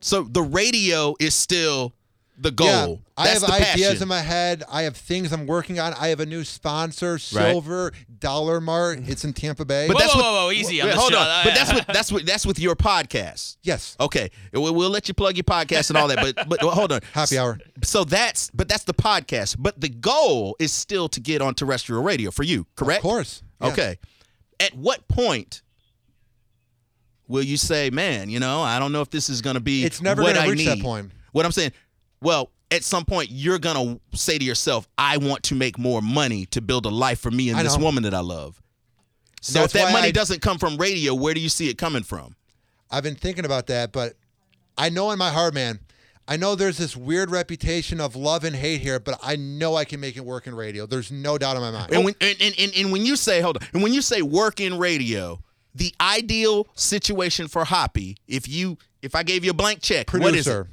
So the radio is still the goal. Yeah, I That's have the ideas passion. in my head. I have things I'm working on. I have a new sponsor, Silver Dollar Mart. It's in Tampa Bay. But Whoa, that's whoa, what- whoa, whoa, easy on Wait, this hold show. on. But that's what that's what that's with your podcast. yes, Okay, And we- we'll let you plug your podcast and all that, but but well, hold on. happy hour. So that's but that's the podcast. But the goal is still to get on terrestrial radio for you, correct? Of course. Yeah. Okay. At what point will you say, man, you know, I don't know if this is going to be It's never what gonna I reach that need." point. What I'm saying, well, at some point you're going to say to yourself, I want to make more money to build a life for me and I this know. woman that I love. So That's if that why money I- doesn't come from radio, where do you see it coming from? I've been thinking about that, but I know in my heart, man. I know there's this weird reputation of love and hate here, but I know I can make it work in radio. There's no doubt in my mind. And when and, and, and, and when you say hold on, and when you say work in radio, the ideal situation for Hoppy, if you if I gave you a blank check, what is it? producer.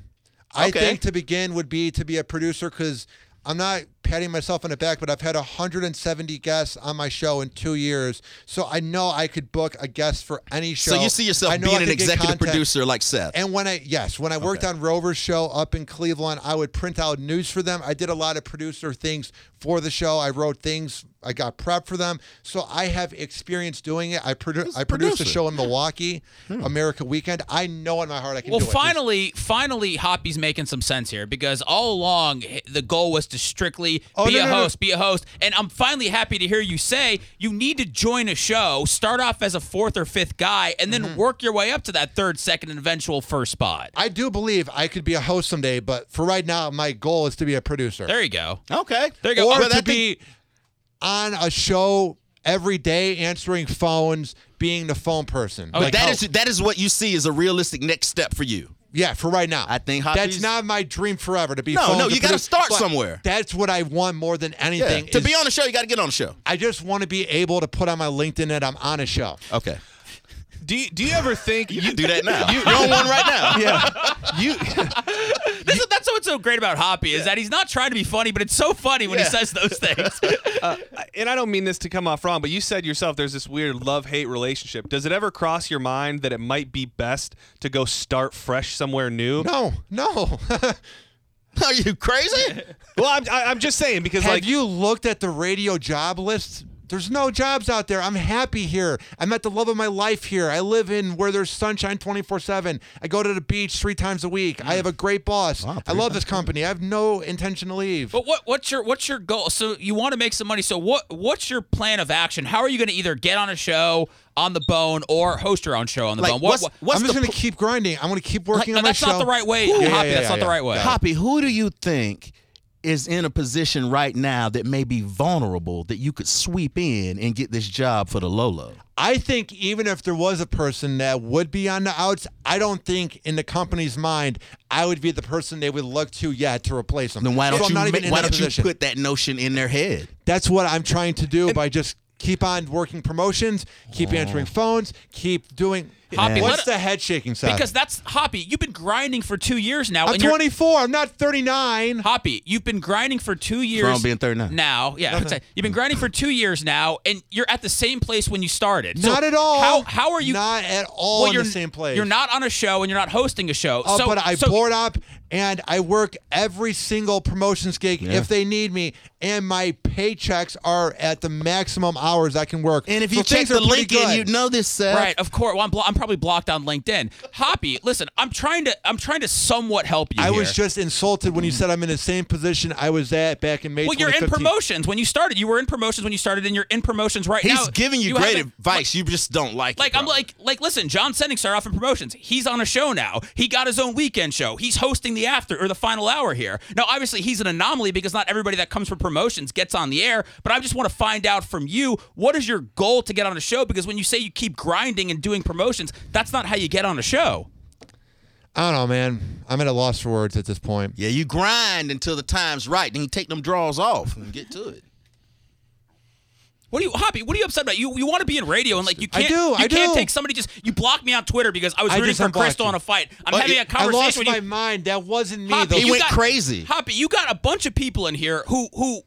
I Okay. think to begin would be to be a producer because I'm not patting myself on the back, but I've had 170 guests on my show in two years, so I know I could book a guest for any show. So you see yourself I know being an I could get executive contact. producer like Seth. And when I yes, when I worked on Rover's show up in Cleveland, I would print out news for them. I did a lot of producer things for the show. I wrote things. I got prep for them, so I have experience doing it. I produ- I produced a producer. Hmm. show in Milwaukee, America Weekend. I know in my heart I can Well, do it. There's- finally, finally, Hoppy's making some sense here because all along h- the goal was to strictly Oh, be no, a no, no. host, be a host, and I'm finally happy to hear you say you need to join a show, start off as a fourth or fifth guy, and then work your way up to that third, second, and eventual first spot. I do believe I could be a host someday, but for right now, my goal is to be a producer There you go. okay. There you go. Or Or, that to could- be on a show every day, answering phones, being the phone person. Oh, But Like that how- is that is what you see as a realistic next step for you. yeah, for right now, I think that's Hoppy's- not my dream forever to be. No, phone no, to you gotta produce, start but somewhere. That's what I want more than anything. To is be on the show, you got to get on the show. I just want to be able to put on my LinkedIn that I'm on a show. Okay. Do you, do you ever think you You do that now. You, are on one right now. yeah you This is, that's what's so great about Hoppy is that he's not trying to be funny, but it's so funny when Yeah. he says those things. and I don't mean this to come off wrong, but you said yourself there's this weird love hate relationship. Does it ever cross your mind that it might be best to go start fresh somewhere new? No, no. Have Are you crazy? Well, I'm, I, I'm just saying because like you looked at the radio job list? There's no jobs out there. I'm happy here. I'm at the love of my life here. I live in where there's sunshine 24 7. I go to the beach three times a week. Mm. I have a great boss. I love this company. I have no intention to leave. But what what's your what's your goal? So you want to make some money. So what what's your plan of action? How are you going to either get on a show on the bone or host your own show on the Like, bone? what's- what's I'm the just going to pl- keep grinding. I'm going to keep working like, on my that's show. not the right way, Yeah, yeah, Hoppy. yeah, that's not yeah, the right way. Poppy, who do you think is in a position right now that may be vulnerable that you could sweep in and get this job for the Lolo? I think even if there was a person that would be on the outs, I don't think in the company's mind I would be the person they would look to yet to replace them. Then why don't so you I'm not ma- even in why that don't you position. put that notion in their head? That's what I'm trying to do by just keep on working promotions, keep answering phones, keep doing. Oh. Hoppy, What's let- the head shaking sound? Because that's Hoppy. You've been grinding for two years now. I'm and you're- 24. I'm not 39. Hoppy, you've been grinding for two years. From being 39. Now, yeah, I would say. you've been grinding for two years now, and you're at the same place when you started. So Not at all. How how are you? Not at all in you're the same place. You're not on a show, and you're not hosting a show. Oh, so, but I so board up and I work every single promotions gig if they need me, and my paychecks are at the maximum hours I can work. And if So you check things are the pretty link good. in, you'd know this, Seth. Right, of course. Well, I'm, blo- I'm probably blocked on LinkedIn. Hoppy, listen, I'm trying to I'm trying to somewhat help you. I was here. just insulted when you said I'm in the same position I was at back in May. Well, you're in 2015. promotions when you started. You were in promotions when you started, and you're in promotions right He's now. giving you, great haven't- advice. you just don't like it. Like I'm probably. like like listen, John Senning started off in promotions. He's on a show now. He got his own weekend show. He's hosting the after or the final hour here. Now obviously he's an anomaly because not everybody that comes from promotions gets on the air, but I just want to find out from you what is your goal to get on a show because when you say you keep grinding and doing promotions, that's not how you get on a show. I don't know, man. I'm at a loss for words at this point. Yeah, you grind until the time's right, then you take them draws off and get to it. What are you, Hoppy? What are you upset about? You you want to be in radio and like you I can't. do, You I can't do. take somebody just. You blocked me on Twitter because I was I rooting just for unblocked Crystal you. in a fight. I'm But having you- a I lost conversation with my you. mind. That wasn't me. Hoppy, Those- you went got, crazy. Hoppy, you got a bunch of people in here who who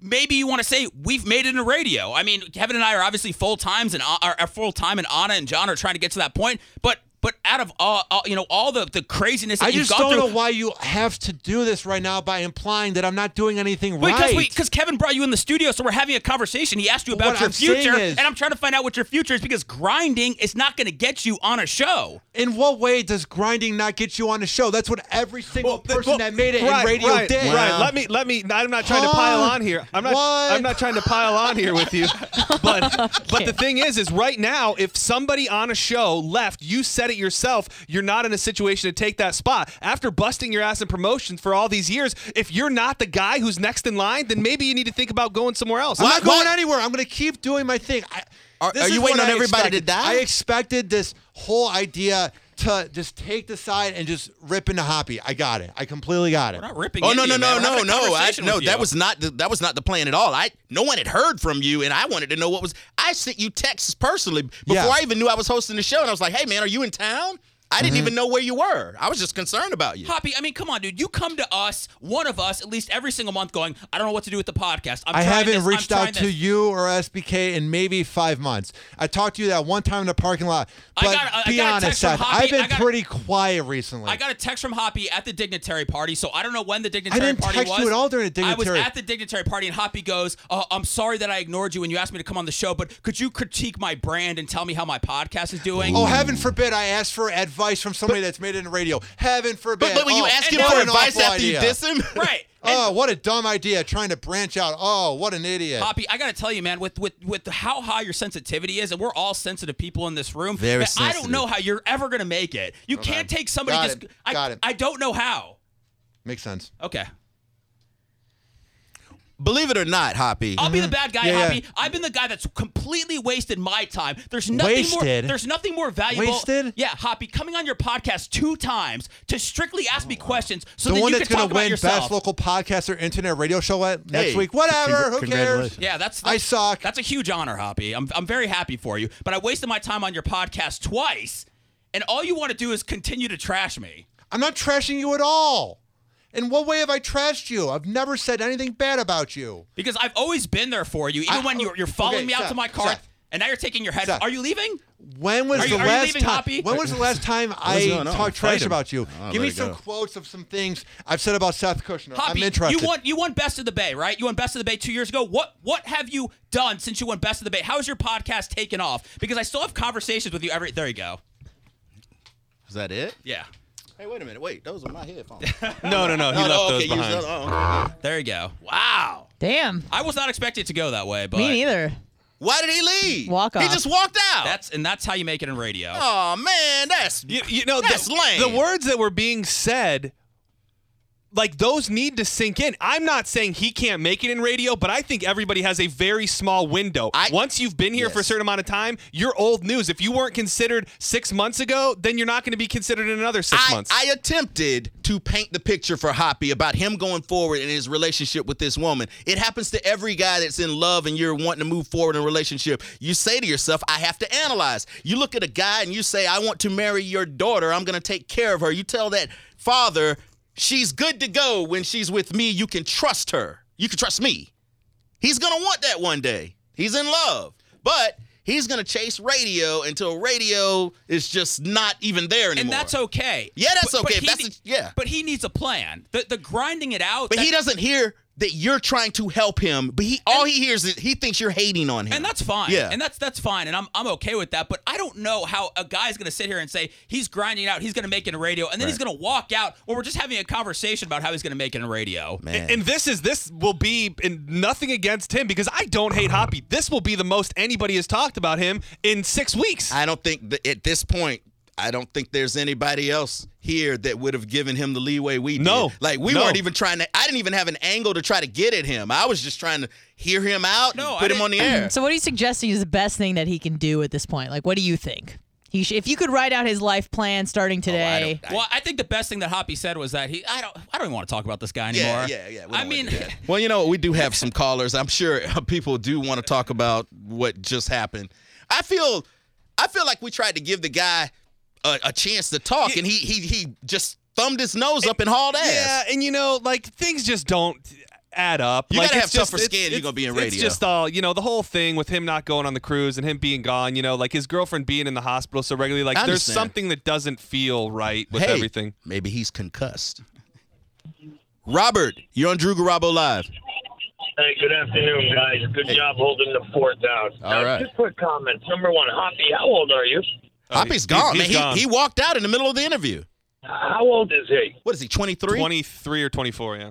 maybe you want to say we've made it in uh, radio. I mean, Kevin and I are obviously full times and are, are full time, and Anna and John are trying to get to that point. But But out of all, all you know, all the, the craziness that I you've just gone don't through, know why you have to do this right now by implying that I'm not doing anything Because right. we, because Kevin brought you in the studio, so we're having a conversation. He asked you about what your I'm saying future, is- and I'm trying to find out what your future is because grinding is not going to get you on a show. In what way does grinding not get you on the show? That's what every single th- person that made it right, in radio right, did. Right. Let me. Let me. I'm not trying to Huh? pile on here. I'm not. What? I'm not trying to pile on here with you. But but the thing is, is right now, if somebody on a show left, you said it yourself. You're not in a situation to take that spot after busting your ass in promotions for all these years. If you're not the guy who's next in line, then maybe you need to think about going somewhere else. I'm not Why- going anywhere. I'm going to keep doing my thing. I, Are- this are is you waiting what on I everybody to expected. die? I expected this whole idea to just take the side and just rip into Hoppy. I got it. I completely got it. We're not ripping. Oh no into no you, no man. We're no having a no! I, conversation no, with that you. was not the, that was not the plan at all. I no one had heard from you, and I wanted to know what was. I sent you texts personally before Yeah. I even knew I was hosting the show, and I was like, "Hey man, are you in town?" I Mm-hmm. didn't even know where you were. I was just concerned about you. Poppy, I mean, come on, dude. You come to us, one of us, at least every single month, going, I don't know what to do with the podcast. I'm I trying haven't this, I'm reached trying out to this." you or SBK in maybe five months. I talked to you that one time in the parking lot. I But got- I- I be got a honest, text from Seth, Hoppy. I've been I got- pretty quiet recently. I got a text from Hoppy at the dignitary party, so I don't know when the dignitary didn't party text was. you at all during the I was dignitary. at the dignitary party, and Hoppy goes, oh, "I'm sorry that I ignored you when you asked me to come on the show, but could you critique my brand and tell me how my podcast is doing?" Oh, heaven forbid I ask for advice from somebody that's made it in radio. Heaven forbid. But, but when you Oh, ask him and for now- advice Awful after you idea. diss him, right. And- Oh, what a dumb idea trying to branch out. Oh, what an idiot. Poppy, I gotta tell you, man, with with with how high your sensitivity is, and we're all sensitive people in this room. Very that I sensitive. don't know how you're ever gonna make it. You can't take somebody Got just. it. I, Got it. I don't know how. Makes sense. Okay. believe it or not, Hoppy. I'll be the bad guy, Mm-hmm. Yeah, Hoppy. yeah. I've been the guy that's completely wasted my time. There's nothing more. Wasted? There's nothing more valuable. Wasted? Yeah, Hoppy, coming on your podcast two times to strictly ask me questions so Oh, the that one you that's can gonna talk about win yourself. best local podcast or internet radio show at next Hey, week. Whatever. congr- Who cares? congratulations. Yeah, that's, that's I suck. That's a huge honor, Hoppy. I'm I'm very happy for you. But I wasted my time on your podcast twice, and all you want to do is continue to trash me. I'm not trashing you at all. In what way have I trashed you? I've never said anything bad about you. Because I've always been there for you, even I- when you're, you're okay, following me out Seth, to my car, Seth. and now you're taking your head. Seth. Are you leaving? When was Are you- the are you last leaving, time? Hoppy? When was the last time I going on? talked Fight trash him. about you? I'll Give let me it some go. quotes of some things I've said about Seth Kushner. Hoppy, I'm interested. you won you won Best of the Bay, right? You won Best of the Bay two years ago. What what have you done since you won Best of the Bay? How's your podcast taken off? Because I still have conversations with you every. There you go. Is that it? Yeah. Hey, wait a minute. Wait, those are my headphones. no, no, no. He left those behind. uh-huh. There you go. Wow. Damn. I was not expecting it to go that way, but Me neither. Why did he leave? Walk He off. just walked out. That's and that's how you make it in radio. oh man, that's You, you know, That's the, lame. the words that were being said, like those need to sink in. I'm not saying he can't make it in radio, but I think everybody has a very small window. I- Once you've been here for a Yes. certain amount of time, you're old news. If you weren't considered six months ago, then you're not going to be considered in another six I, months. I attempted to paint the picture for Hoppy about him going forward in his relationship with this woman. It happens to every guy that's in love and you're wanting to move forward in a relationship. You say to yourself, I have to analyze. You look at a guy and you say, I want to marry your daughter. I'm going to take care of her. You tell that father, she's good to go when she's with me. You can trust her. You can trust me. He's going to want that one day. He's in love. But. He's gonna chase radio until radio is just not even there anymore. and that's okay. Yeah, that's But- but okay. he That's ne- a- yeah. But he needs a plan. The the grinding it out. But that- he doesn't hear that you're trying to help him. But he all he hears is he thinks you're hating on him. and that's fine. Yeah. And that's that's fine. And I'm I'm okay with that. But I don't know how a guy's gonna sit here and say he's grinding it out, he's gonna make it in radio, and then he's gonna walk out when we're just having a conversation about how he's gonna make it in radio. Man. and this is this will be and nothing against him because I don't hate Uh-huh. Hoppy. This will be the most anybody has talked about him in six weeks. I don't think that at this point. I don't think there's anybody else here that would have given him the leeway we did. No. like we No. weren't even trying to. I didn't even have an angle to try to get at him. I was just trying to hear him out No, and I put him on the air. So what are you suggesting is the best thing that he can do at this point? Like, what do you think? He sh- if you could write out his life plan Oh, starting today. Well, I think the best thing that Hoppy said was that he I don't I don't even want to talk about this guy yeah, anymore. yeah, yeah. we don't I wanna mean, do that. well, you know, we do have some callers. I'm sure people do want to talk about what just happened. I feel, I feel like we tried to give the guy a, a chance to talk, and he he he just thumbed his nose up and hauled ass. Yeah, and you know, like things just don't. add up. You like, gotta have it's just, tougher it's- skin, you're it's- gonna be in It's radio. just all you know, the whole thing with him not going on the cruise and him being gone. You know, like his girlfriend being in the hospital so regularly. Like I there's understand. something that doesn't feel right with hey, everything. Maybe he's concussed. Robert, you're on Drew Garabo Live. Oh, Hey, good afternoon, guys. Good job holding the fort down. All Now, right. Two quick comments. Number one, Hoppy, how old are you? Hoppy's he- gone. he's man. He- gone. He, walked out in the middle of the interview. How old is he? What is he, 23? Twenty three or twenty four. Yeah.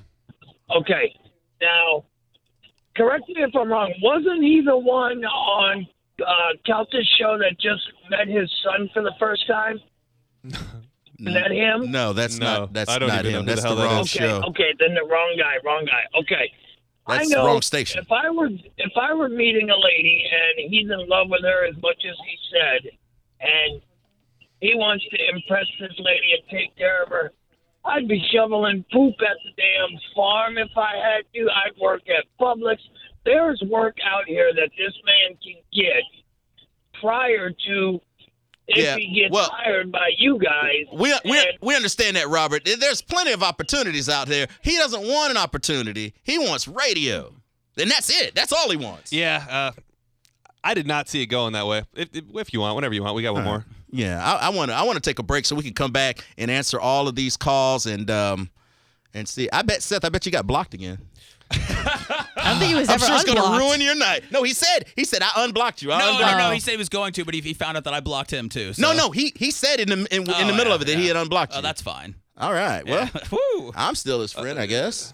Okay. Now, correct me if I'm wrong. Wasn't he the one on uh, Celtic's show that just met his son for the first time? Is that him? No, that's No, not that's I don't not even know him. who That's the the, hell that wrong is. okay, show. okay, then the wrong guy, wrong guy. Okay. That's I know wrong station. If I were if I were meeting a lady and he's in love with her as much as he said and he wants to impress this lady and take care of her, I'd be shoveling poop at the damn farm if I had to. I'd work at Publix. There's work out here that this man can get prior to if Yeah, he gets well- hired by you guys. We, we, And- we understand that, Robert. There's plenty of opportunities out there. He doesn't want an opportunity. He wants radio. And that's it. That's all he wants. Yeah. Uh, I did not see it going that way. If, if- if you want, whenever you want, we got one more. Yeah, I want to. I want to take a break so we can come back and answer all of these calls and um and see. I bet Seth. I bet you got blocked again. I don't think he was I'm ever sure it's gonna unblocked. ruin your night. No, he said. He said I unblocked you. I No, unblocked no, no. Oh. He said he was going to, but he, he found out that I blocked him too. you." So. no, no. He he said in the in, in Oh, the middle yeah, of it that he yeah. had unblocked you. Oh, that's fine. all right. Well, Woo. I'm still his friend, I guess.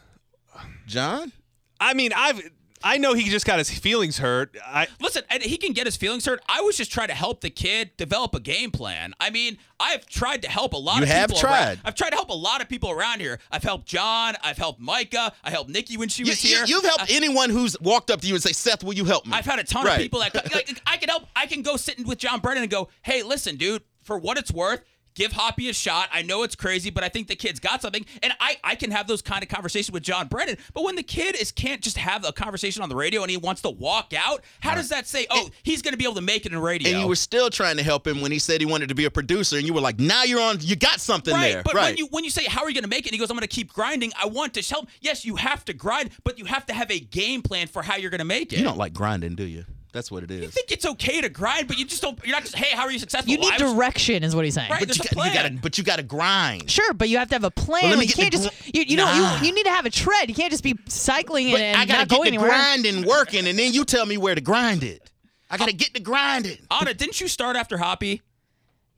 John. I mean, I've I know he just got his feelings hurt. I Listen, and he can get his feelings hurt. I was just trying to help the kid develop a game plan. I mean, I've tried to help a lot You of have people. tried. Around. I've tried to help a lot of people around here. I've helped John. I've helped Micah. I helped Nikki when she You, was you, here. you've helped anyone who's walked up to you and say, Seth, will you help me? I've had a ton Right. of people that like, I can help. I can go sitting with John Brennan and go, "Hey, listen, dude, for what it's worth." Give Hoppy a shot. I know it's crazy, but I think the kid's got something. And I, I can have those kind of conversations with John Brennan. But when the kid is can't just have a conversation on the radio and he wants to walk out, how does that say, oh, he's going to be able to make it in radio? And you were still trying to help him when he said he wanted to be a producer, and you were like, "Now you're on. You got something right, there." but right. when you when you say how are you going to make it, and he goes, I'm going to keep grinding. I want to help. Yes, you have to grind, but you have to have a game plan for how you're going to make it. You don't like grinding, do you? That's what it is. I think it's okay to grind, but you just don't. You're not just hey, how are you successful? You Well, need I was- direction, is what he's saying. Right, but there's you, a got, you plan. gotta, but you gotta grind. Sure, but you have to have a plan. Well, let me you get can't the just gr- you, you Nah. know you, you need to have a tread. You can't just be cycling But and I gotta not get go the anywhere. grinding working, and then you tell me where to grind it. I gotta get the grinding. Uh, Anna, didn't you start after Hoppy?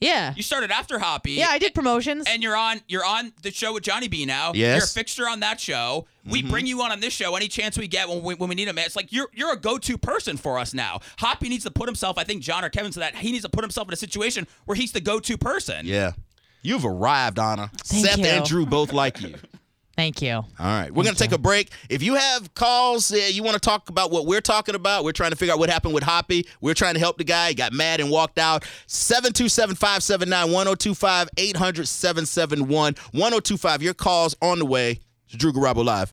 Yeah, You started after Hoppy. yeah, I did promotions. And you're on you're on the show with Johnny B now. Yes. You're a fixture on that show. We bring you on on this show any chance we get when we, when we need him. It's like you're you're a go-to person for us now. Hoppy needs to put himself, I think John or Kevin said that, he needs to put himself in a situation where he's the go-to person. Yeah, you've arrived, Anna. Thank Seth you. and Drew both like you. Thank you. All right, we're gonna take a break. If you have calls, uh, you want to talk about what we're talking about. We're trying to figure out what happened with Hoppy. We're trying to help the guy. He got mad and walked out. 727-579-1025-800-771-1025. Your calls on the way. It's Drew Garabo live.